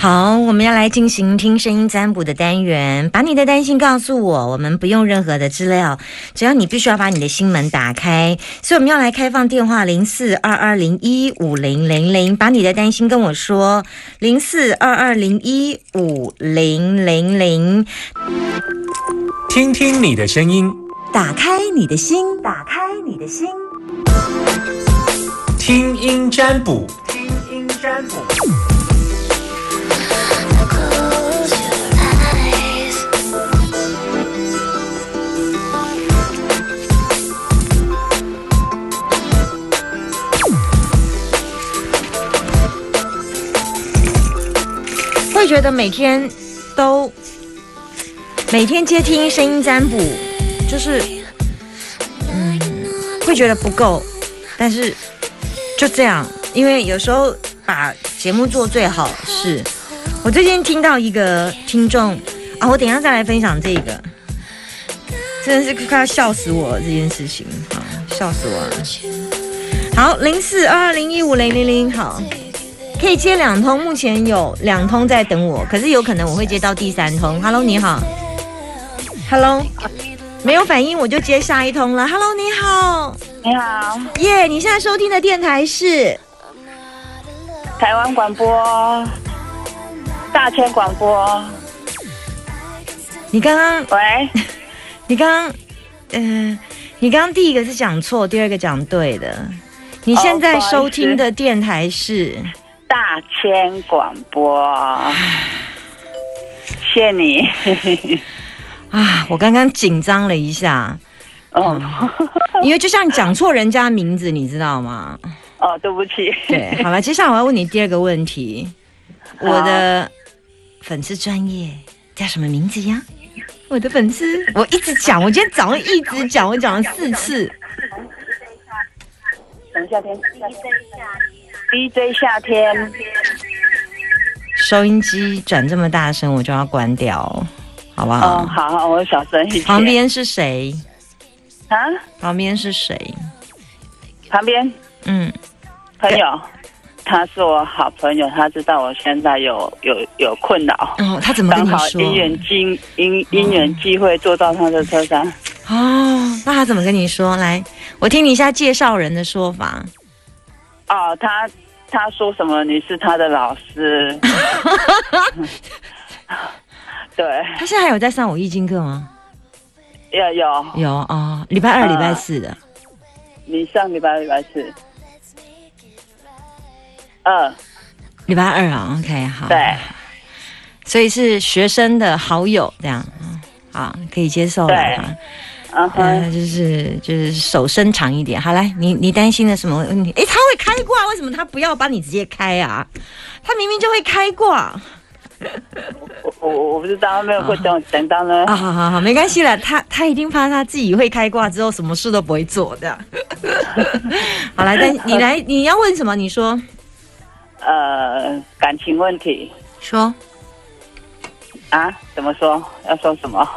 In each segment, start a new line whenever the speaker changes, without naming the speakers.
好，我们要来进行听声音占卜的单元，把你的担心告诉我，我们不用任何的资料，只要你必须要把你的心门打开。所以我们要来开放电话零四二二零一五零零零，把你的担心跟我说零四二二零一五零零零，
听听你的声音，
打开你的心，打开你的心。
听音占卜，听音占卜。
Close your eyes.
会觉得每天都每天接听声音占卜，就是嗯，会觉得不够，但是就这样，因为有时候把节目做最好是。我最近听到一个听众啊，我等一下再来分享这个，真的是快要笑死我了这件事情，好笑死我了。好，零四二二零一五零零零，好。可以接两通，目前有两通在等我，可是有可能我会接到第三通。Hello，你好。Hello，没有反应我就接下一通了。Hello，你好。
你好，
耶、你现在收听的电台是
台湾广播，大千广播。
你刚刚
喂，
你刚刚，嗯、你刚刚第一个是讲错，第二个讲对的。你现在
哦不好意思
收听的电台是，
大千广播，谢你。
啊，我刚刚紧张了一下，
哦
嗯因为就像讲错人家名字，你知道吗？
哦，对不起。
对，好了，接下来我要问你第二个问题，
好
我的粉丝专业叫什么名字呀？我的粉丝，我一直讲，我今天早上一直讲，我讲了四次。
等一下天，DJ 夏天，
收音机转这么大声，我就要关掉，好不好？
哦，好好，我小声一点。
啊旁边是谁？
啊，
旁边是谁？
旁边
嗯，
朋友，他是我好朋友，他知道我现在有有有困扰。
哦，他怎么跟
刚
你
好
说？
因缘机因因缘际会坐到他的车上，
哦，那他怎么跟你说？来，我听你一下介绍人的说法。
哦，他他说什么？你是他的老师？ 对，
他现在还有在上五易经课吗？
有有，
有哦，礼拜二、
呃
礼拜四的。
你上礼拜礼拜四，嗯，
礼拜二啊，OK，好，
对，，
所以是学生的好友这样，嗯好，可以接受了
对
啊。
嗯哼，
呃，就是就是手伸长一点。好，来，你你担心的什么问题？诶，他会开挂，为什么他不要帮你直接开啊？他明明就会开
啊
挂。
我我我不知道没有过等等到呢
啊，，好好好，没关系了，他他一定怕他自己会开挂之后什么事都不会做这样。 好来，但你来你要问什么？你说
呃，感情问题
说
啊，怎么说？要说什么？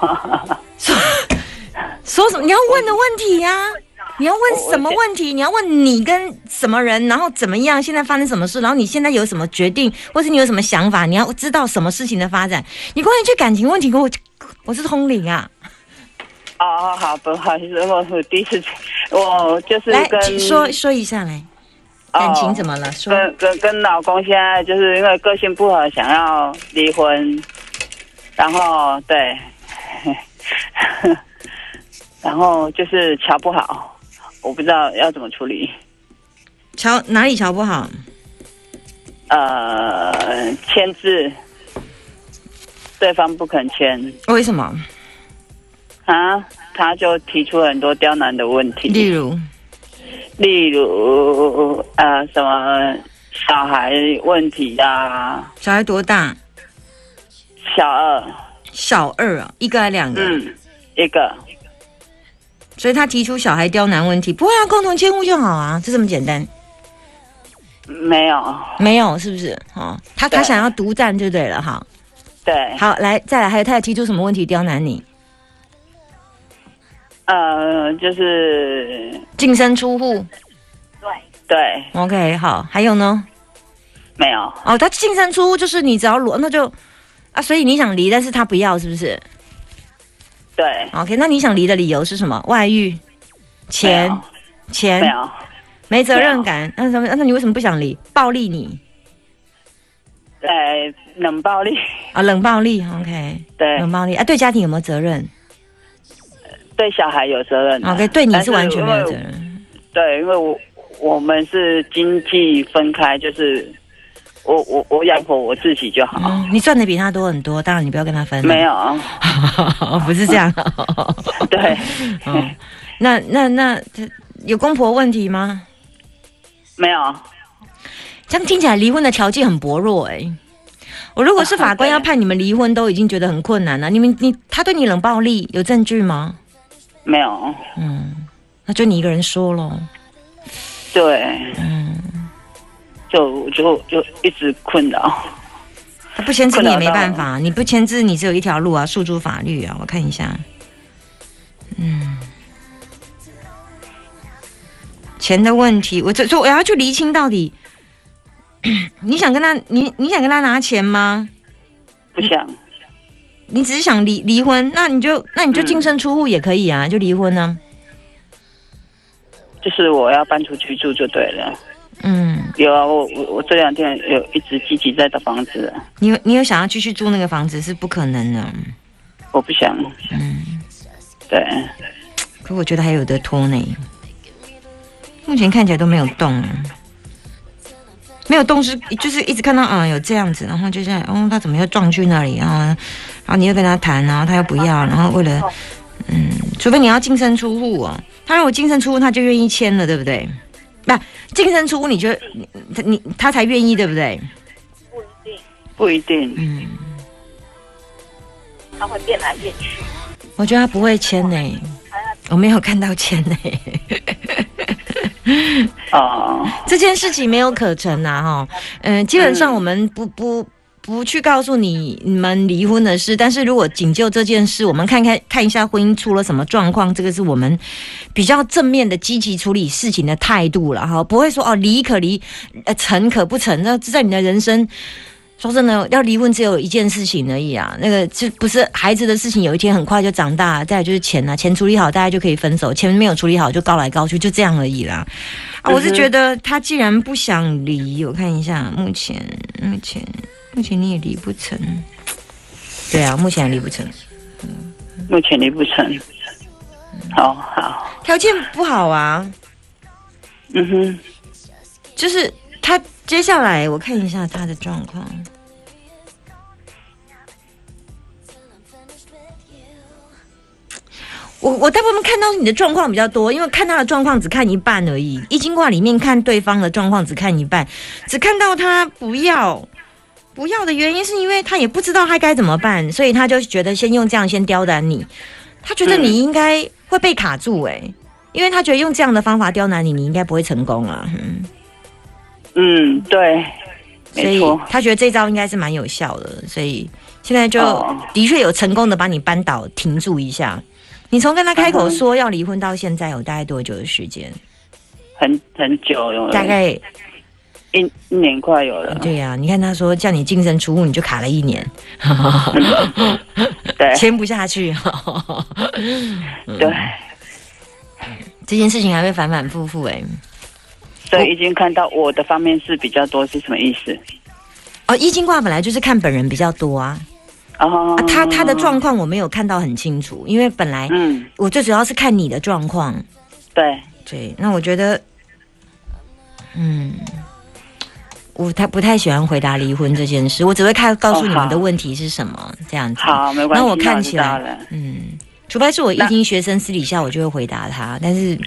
说什么？你要问的问题呀、你要问
我
什么问题？你要问你跟什么人，然后怎么样？现在发生什么事？然后你现在有什么决定，或是你有什么想法？你要知道什么事情的发展。你关于这感情问题，我我是通灵啊。
哦，好，不好意思，我我第一次，我就是
来，
跟哦
请说说一下来，感情怎
么？
么了？说
跟跟跟老公现在就是因为个性不合，想要离婚，然后对，然后就是瞧不好，我不知道要怎么处理。
瞧哪里瞧不好？
呃，签字，对方不肯签
为什么？
啊，他就提出很多刁难的问题，
例如。
例如呃什么小孩问题啊，
小孩多大？
小二，
小二啊，一个还两个？
嗯，一个。
所以他提出小孩刁难问题，不会啊，共同监护就好啊，就这么简单。
没有，
没有，是不是？哦，他
对
他想要独占就对了哈。
对，
好，来再来，还有他有提出什么问题刁难你？
呃，就是
净身出户
对，
，OK，好，还有呢？
没有，
哦，他净身出户就是你只要裸，那就啊，所以你想离，但是他不要，是不是
对，
？OK，那你想离的理由是什么？外遇、
没
钱、
有，
钱
没、有，
没责任感，那什么？啊那你为什么不想离？暴力你
对，冷暴力，
啊，冷暴力，OK，
对
冷暴力啊，对家庭有没有责任
对小孩有责任的
？OK，对你是完全没有责。
但是因为
任。
对，因为我我们是经济分开，就是我我我养活我自己就好，
嗯，你赚的比他多很多，当然你不要跟他分。
没，有，
哦不是这样。
对，
哦，那那那有公婆问题吗？
没有，
这样听起来离婚的条件很薄弱哎、我如果是法官，
啊对
要判你们离婚，都已经觉得很困难了。你们你他对你冷暴力，有证据吗？
没有，
嗯，那就你一个人说咯。
对，
嗯，
就就就一直困扰。
他不签字你也没办法，你不签字你只有一条路啊，诉诸法律啊。我看一下，嗯，钱的问题，我这说我要去厘清到底， 你想跟他你你想跟他拿钱吗？
不想，
你只是想离离婚，那你就那你就净身出户也可以啊，就离婚呢、
就是我要搬出去住就对了。
啊。嗯，
有啊，我我我这两天有一直积极在找房子，
你有你有想要继续租那个房子是不可能的，
我不想。
嗯
对，
可我觉得还有的拖呢。目前看起来都没有动、啊，没有动是就是一直看到啊、有这样子，然后就在哦他怎么又撞去那里啊，然后你又跟他谈，然后他又不要，然后为了嗯，除非你要净身出户哦，他如果净身出户他就愿意签了，对不对？不、净身出户你就你你他才愿意，对不对？
不一定。
嗯，他会变来变去。我觉得他不会签呢、我没有看到签呢、
哦，
这件事情没有可成啊，哈，嗯、基本上我们不不。不去告诉你你们离婚的事，但是如果仅就这件事，我们看看看一下婚姻出了什么状况，这个是我们比较正面的、积极处理事情的态度了哈，不会说哦离可离，呃成可不成，那这在你的人生。说真的，要离婚只有一件事情而已啊，那个就不是孩子的事情，有一天很快就长大，再来就是钱啊，钱处理好，大家就可以分手；钱没有处理好，就告来告去，就这样而已啦。啊，我是觉得他既然不想离，我看一下，目前目前目前你也离不成，对啊，目前还离不成，
目前离不成。好好，
条件不好啊，
嗯哼，
就是他接下来我看一下他的状况，我我大部分看到你的状况比较多，因为看他的状况只看一半而已。易经卦里面看对方的状况只看一半，只看到他不要不要的原因，是因为他也不知道他该怎么办，所以他就觉得先用这样先刁难你。他觉得你应该会被卡住诶、因为他觉得用这样的方法刁难你，你应该不会成功啊。嗯，
嗯，对，
所
没
以
错，
他觉得这招应该是蛮有效的，所以现在就
哦
的确有成功的把你扳倒、停住一下。你从跟他开口
嗯哼
说要离婚到现在有大概多久的时间？
很很久了，
大概嗯
一一年快有了。
对呀、你看他说叫你净身出户，你就卡了一年，
对
签不下去。
对
嗯这件事情还会反反复复哎、
所以已经看到我的方面是比较多，是什么意思？
哦，易经卦本来就是看本人比较多啊，
哦
啊，他他的，状况我没有看到很清楚，因为本来
嗯，
我最主要是看你的状况。
对，
对，那我觉得，嗯，我他不太喜欢回答离婚这件事，我只会看告诉你
哦
们
好
的问题是什么、这样子。
好，没关系，
那我看
我
起
知
来
道了，
嗯，除非是我一
那
经学生私底下我就会回答他，但是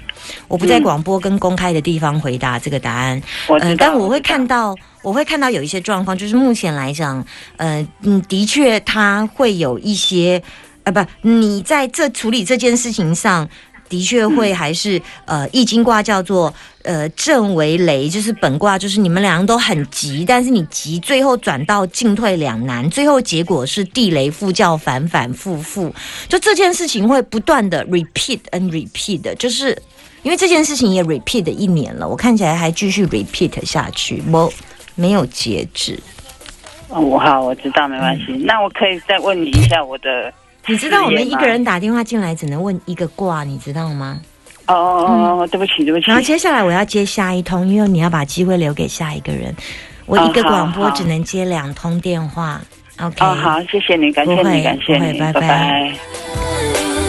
我不在
嗯
广播跟公开的地方回答这个答案。
我知
嗯，
道，
但我
知
会
道
看到，我会看到有一些状况，就是目前来讲，呃，嗯，的确他会有一些，呃，不，你在这处理这件事情上。的确 会还是、呃，易经卦叫做呃震为雷，就是本卦，就是你们两个都很急，但是你急最后转到进退两难，最后结果是地雷复教，反反复复，就这件事情会不断的 repeat and repeat 的，就是因为这件事情也 repeat 了一年了，我看起来还继续 repeat 下去，我没有截止。
哦，我好，我知道，没关系。那我可以再问你一下我的
嗯你知道我们一个人打电话进来只能问一个卦，你知道吗？
哦哦哦哦，对不起，对不
嗯然后
起。
接下来我要接下一通，因为你要把机会留给下一个人。我
哦
一个
好
广播
好
只能接两通电话。OK，、
哦，好，谢谢你，感谢
不会
你，感
不
谢
会
你，
拜拜
拜拜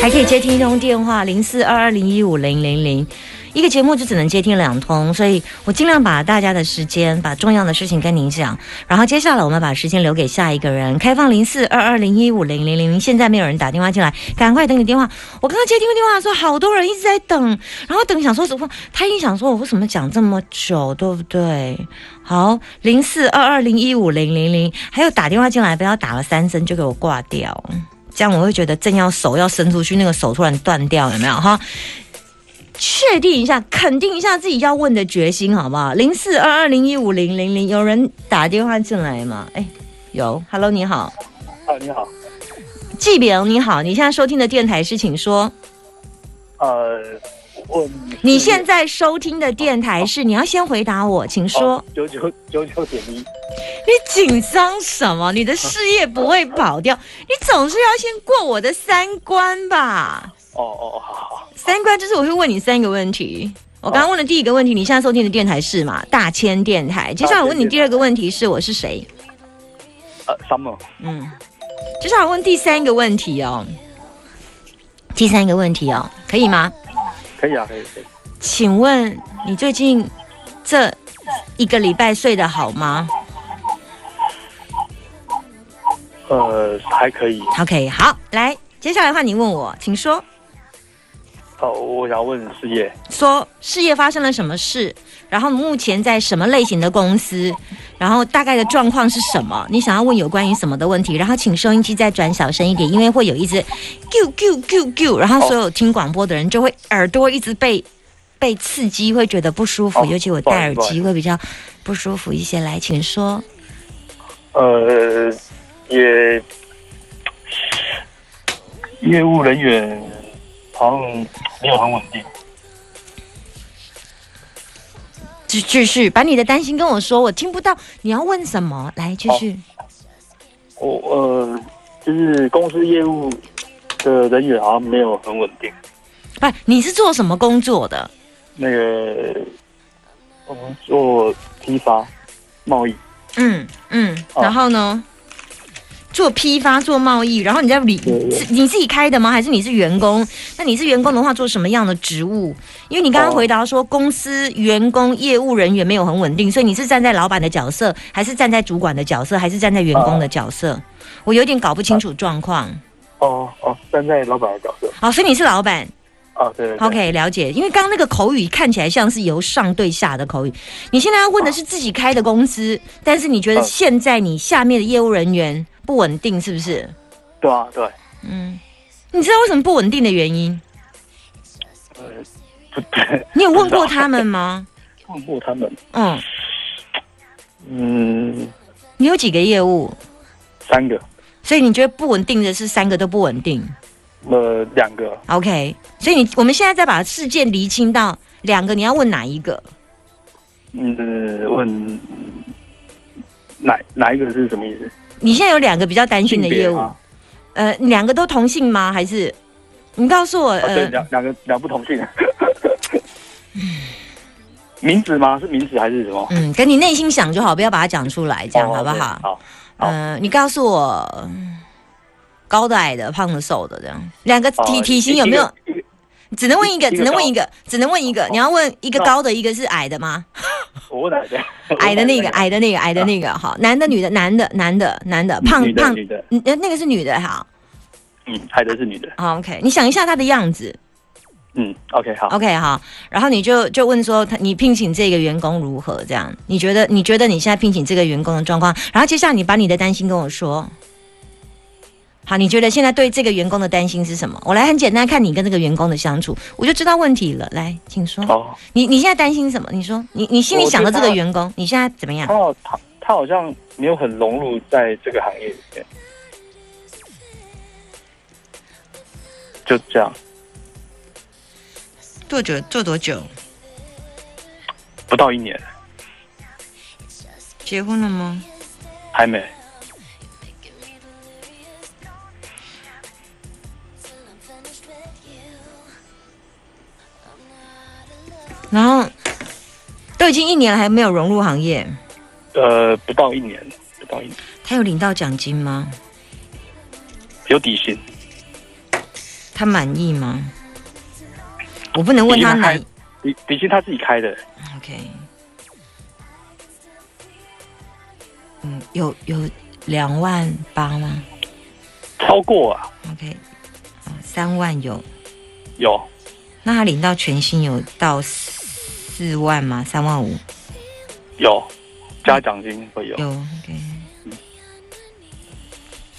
还可以接听一通电话零四二二零一五零零零。一个节目就只能接听两通，所以我尽量把大家的时间，把重要的事情跟您讲。然后接下来我们把时间留给下一个人，开放零四二二零一五零零零零。现在没有人打电话进来，赶快等你电话。我刚刚接听电话的时候，好多人一直在等，然后等想说什么，他一想说我为什么讲这么久，对不对？好，零四二二零一五零零零，还有打电话进来，不要打了三声就给我挂掉。这样我会觉得正要手要伸出去，那个手突然断掉，有没有哈？确定一下，肯定一下自己要问的决心，好不好？零四二二零一五零零零，有人打电话进来吗？哎，有，Hello，你好，
啊，你好，
季炳，你好，你现在收听的电台是，请说，
呃，我
你现在收听的电台是，你要先回答我，请说，
九九九九点一，
你紧张什么？你的事业不会跑掉，你总是要先过我的三关吧？
哦哦，好好好，
三关就是我会问你三个问题。我刚刚问的第一个问题，你现在收听的电台是嘛？大千电台。接下来我问你第二个问题是我是谁？
呃，summer，
嗯，接下来我问第三个问题哦。第三个问题哦，可以吗？
可以啊，可以可以，
请问你最近这一个礼拜睡得好吗
呃，还可以，
？OK，好，来，接下来的话你问我，请说
哦，我想问事业，
说事业发生了什么事，然后目前在什么类型的公司，然后大概的状况是什么？你想要问有关于什么的问题？然后请收音机再转小声一点，因为会有一只 “q q q q”，然后所有听广播的人就会耳朵一直被被刺激，会觉得不舒服，
哦
尤其我
不好
戴
意
耳
思
机会比较不舒服一些。来，请说。
呃，也业务人员好像没有很稳定，
继继续把你的担心跟我说，我听不到你要问什么。来，继续。
我呃，就是公司业务的人员好像没有很稳定，
不，你是做什么工作的？
那个我们做批发贸易，
嗯嗯，
哦
然后呢？做批发、做贸易，然后你在里
对对
自你自己开的吗？还是你是员工？那你是员工的话，做什么样的职务？因为你刚刚
哦
回答说、公司员工业务人员没有很稳定，所以你是站在老板的角色，还是站在主管的角色，还是站在员
啊
工的角色？我有点搞不清楚状况。
哦哦，站在老板的角色。
好、所以你是老板，
啊，对 对对
OK，了解。因为刚刚那个口语看起来像是由上对下的口语，你现在要问的是自己开的公司，但是你觉得
嗯
现在你下面的业务人员不稳定，是不是？
对啊，对，
嗯，你知道为什么不稳定的原因？
不对，
你有问过他们吗？
问过他们，
嗯，
嗯，
你有几个业务？
三个，
所以你觉得不稳定的是三个都不稳定
呃，两个，
，OK？所以你我们现在再把事件厘清到两个，你要问哪一个？
嗯，问哪哪一个是什么意思？
你现在有两个比较担心的
别
业务，
啊，
呃，两个都同性吗？还是你告诉我，
啊对，
呃，
两两个两不同姓。 名字吗？是名字还是什么？
嗯，跟你内心想就好，不要把它讲出来，这样、
哦
好不
对
好？
好，好
嗯、你告诉我，嗯高的、矮的、胖的、瘦的，这样两个
哦
体体
一
型有
一
没
个
有？只能问一个，
一个
只能问
高
一个，只能问一个。
哦
你要问一个
那
高的，一个是矮的吗？
我哪个？
矮的那个，
我哪
矮的那个，矮的那个，好，男的、女的，男的、男的、男的，
女
胖
啊女的
胖
女的，
嗯呃那个是女的，好
嗯，海德是女的，
好，OK。你想一下她的样子
嗯，OK，好，
，OK 哈，然后你就就问说他，你聘请这个员工如何？这样，你觉得你觉得你现在聘请这个员工的状况，然后接下来你把你的担心跟我说。好，你觉得现在对这个员工的担心是什么？我来很简单看你跟这个员工的相处，我就知道问题了。来，请说。
哦
你你现在担心什么？你说，你你心里
我
想的
对
这
他
个员工，你现在怎么样？
他好他他好像没有很融入在这个行业里面，就这样，
多久？做多久？
不到一年，
结婚了吗？
还没。
然后都已经一年了，还没有融入行业，
呃，不到一年，不到一年，
他有领到奖金吗？
有底薪。
他满意吗？我不能问他满意。
底底薪他自己开的，
OK。嗯，有有两万八吗
超过啊，
？OK，哦三万有。
有
那他领到全薪有到四万吗？三万五
有加奖金会有。
有哦 OK。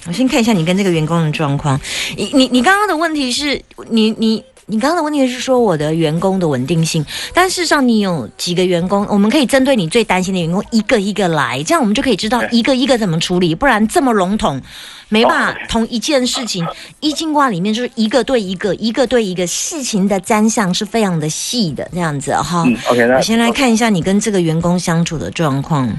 我先看一下你跟这个员工的状况。你你你刚刚的问题是你你你刚刚的问题是说我的员工的稳定性，但事实上你有几个员工，我们可以针对你最担心的员工一个一个来，这样我们就可以知道
对
一个一个怎么处理，不然这么笼统，没办
哦
法
，OK
同一件事情。易经卦里面就是一个对一个，一个对一个，事情的占相是非常的细的，这样子哈。
嗯，OK，那
我先来看一下你跟这个员工相处的状况。嗯，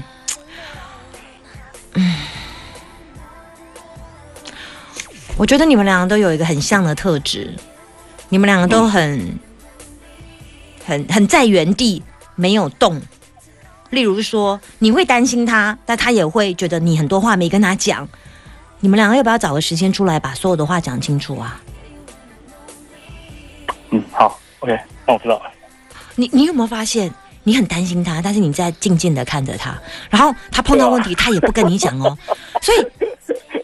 我觉得你们两个都有一个很像的特质，你们两个都很、很、很在原地没有动。例如说，你会担心他，但他也会觉得你很多话没跟他讲。你们两个要不要找个时间出来，把所有的话讲清楚啊？
嗯，好，OK，那我知道了。
你你有没有发现，你很担心他，但是你在静静的看着他，然后他碰到问
啊
题，他也不跟你讲哦，所 以，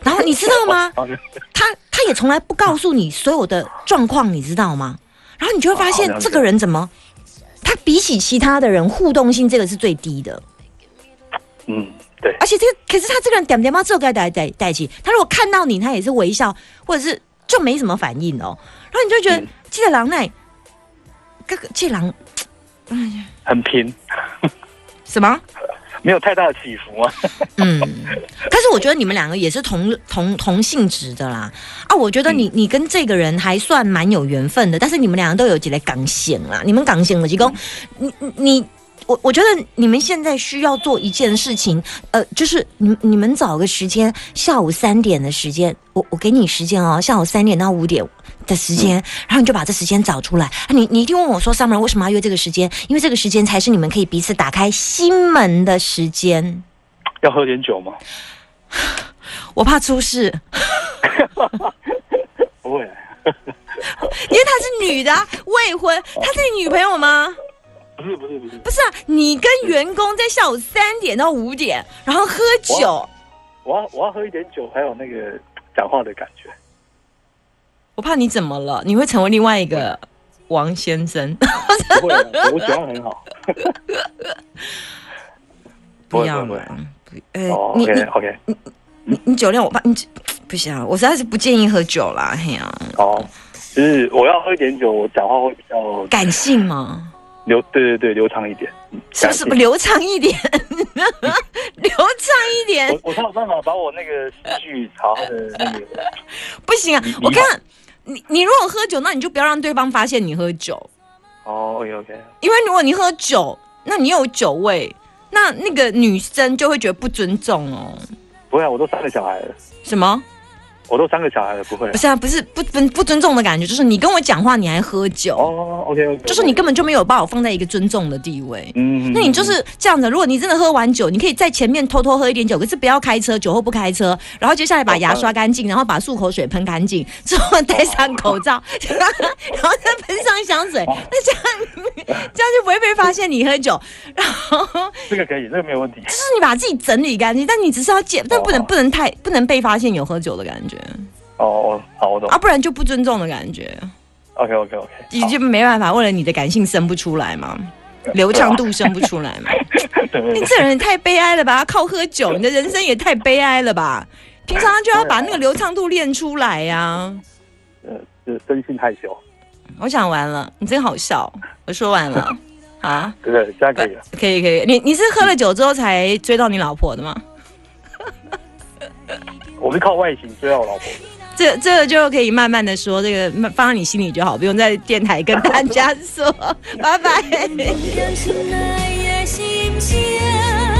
然后你知道吗？
好的，
他他也从来不告诉你所有的状况，你知道吗？然后你就会发现
哦了解
这个人怎么，他比起其他的人互动性这个是最低的，
嗯，对，
而且这个可是他这个人点点猫之后该带带带起，他如果看到你，他也是微笑，或者是就没什么反应哦，然后你就觉得
嗯
这个狼奈，这个这个狼
很拼，
什么？
没有太大的起伏啊。
嗯，但是我觉得你们两个也是同同同性质的啦。啊，我觉得你、你跟这个人还算蛮有缘分的，但是你们两个都有几类港线啦。你们港线的几公，你你你我我觉得你们现在需要做一件事情，呃，就是你你们找个时间，下午三点的时间，我我给你时间哦，下午三点到五点。的时间，然后你就把这时间找出来。啊、你你一定问我说，Summer 为什么要约这个时间？因为这个时间才是你们可以彼此打开心门的时间。
要喝点酒吗？
我怕出事，
不会，
因为她是女的、啊，未婚，她是你女朋友吗？
不是不是不是，
不是啊，你跟员工在下午三点到五点，然后喝酒，
我要我要喝一点酒，还有那个讲话的感觉。
我怕你怎么了？你会成为另外一个王先生？
不会啊，我酒量很好。 不会不会
了， 不，呃，
哦
你
，OK OK，
你你酒量，我怕你不行啊，我实在是不建议喝酒啦，嘿啊呀、
好，就是哦我要喝一点酒，我讲话会比较
感性嘛，
流，对对对，流畅一点。嗯
是不是
感性
流畅一点？ 流畅一点，
我我才有办法把我那个思绪好好的那个，
不行啊
你！你
我看你你如果喝酒，那你就不要让对方发现你喝酒。
哦，OK OK，
因为如果你喝酒，那你又有酒味，那那个女生就会觉得不尊重哦。
不会啊，我都三个小孩了，
什么？
我都三个小孩了，不会啊
不。是啊，不是不不不尊重的感觉，就是你跟我讲话你还喝酒，
哦，OK OK，
就是你根本就没有把我放在一个尊重的地位。
嗯，
那你就是这样子。如果你真的喝完酒，你可以在前面偷偷喝一点酒，可是不要开车，酒后不开车。然后接下来把牙刷干净，然后把漱口水喷干净，之后戴上口罩，然后再喷上香水。那这样这样就不会被发现你喝酒。然后就
这个可以，这个没有问题。
是你把自己整理干净，但你只是要戒，但不能不能太不能被发现有喝酒的感觉
哦哦，好，我懂
啊，。不然就不尊重的感觉，
OK OK OK，
已经没办法为了你的感性生不出来嘛，流畅度生不出来嘛。
对对
你
对，
这人也太悲哀了吧！他靠喝酒，你的人生也太悲哀了吧！平常就要把那个流畅度练出来呀、
呃，是真心害羞，
我想完了，你真好笑。我说完了，好啊，
对对，这样可以了。
可以可以。你你是喝了酒之后才追到你老婆的吗？
我是靠外形追到我老婆的，
这这个就可以慢慢的说，这个慢放在你心里就好，不用在电台跟 大家说。拜拜。
让心爱也新鲜。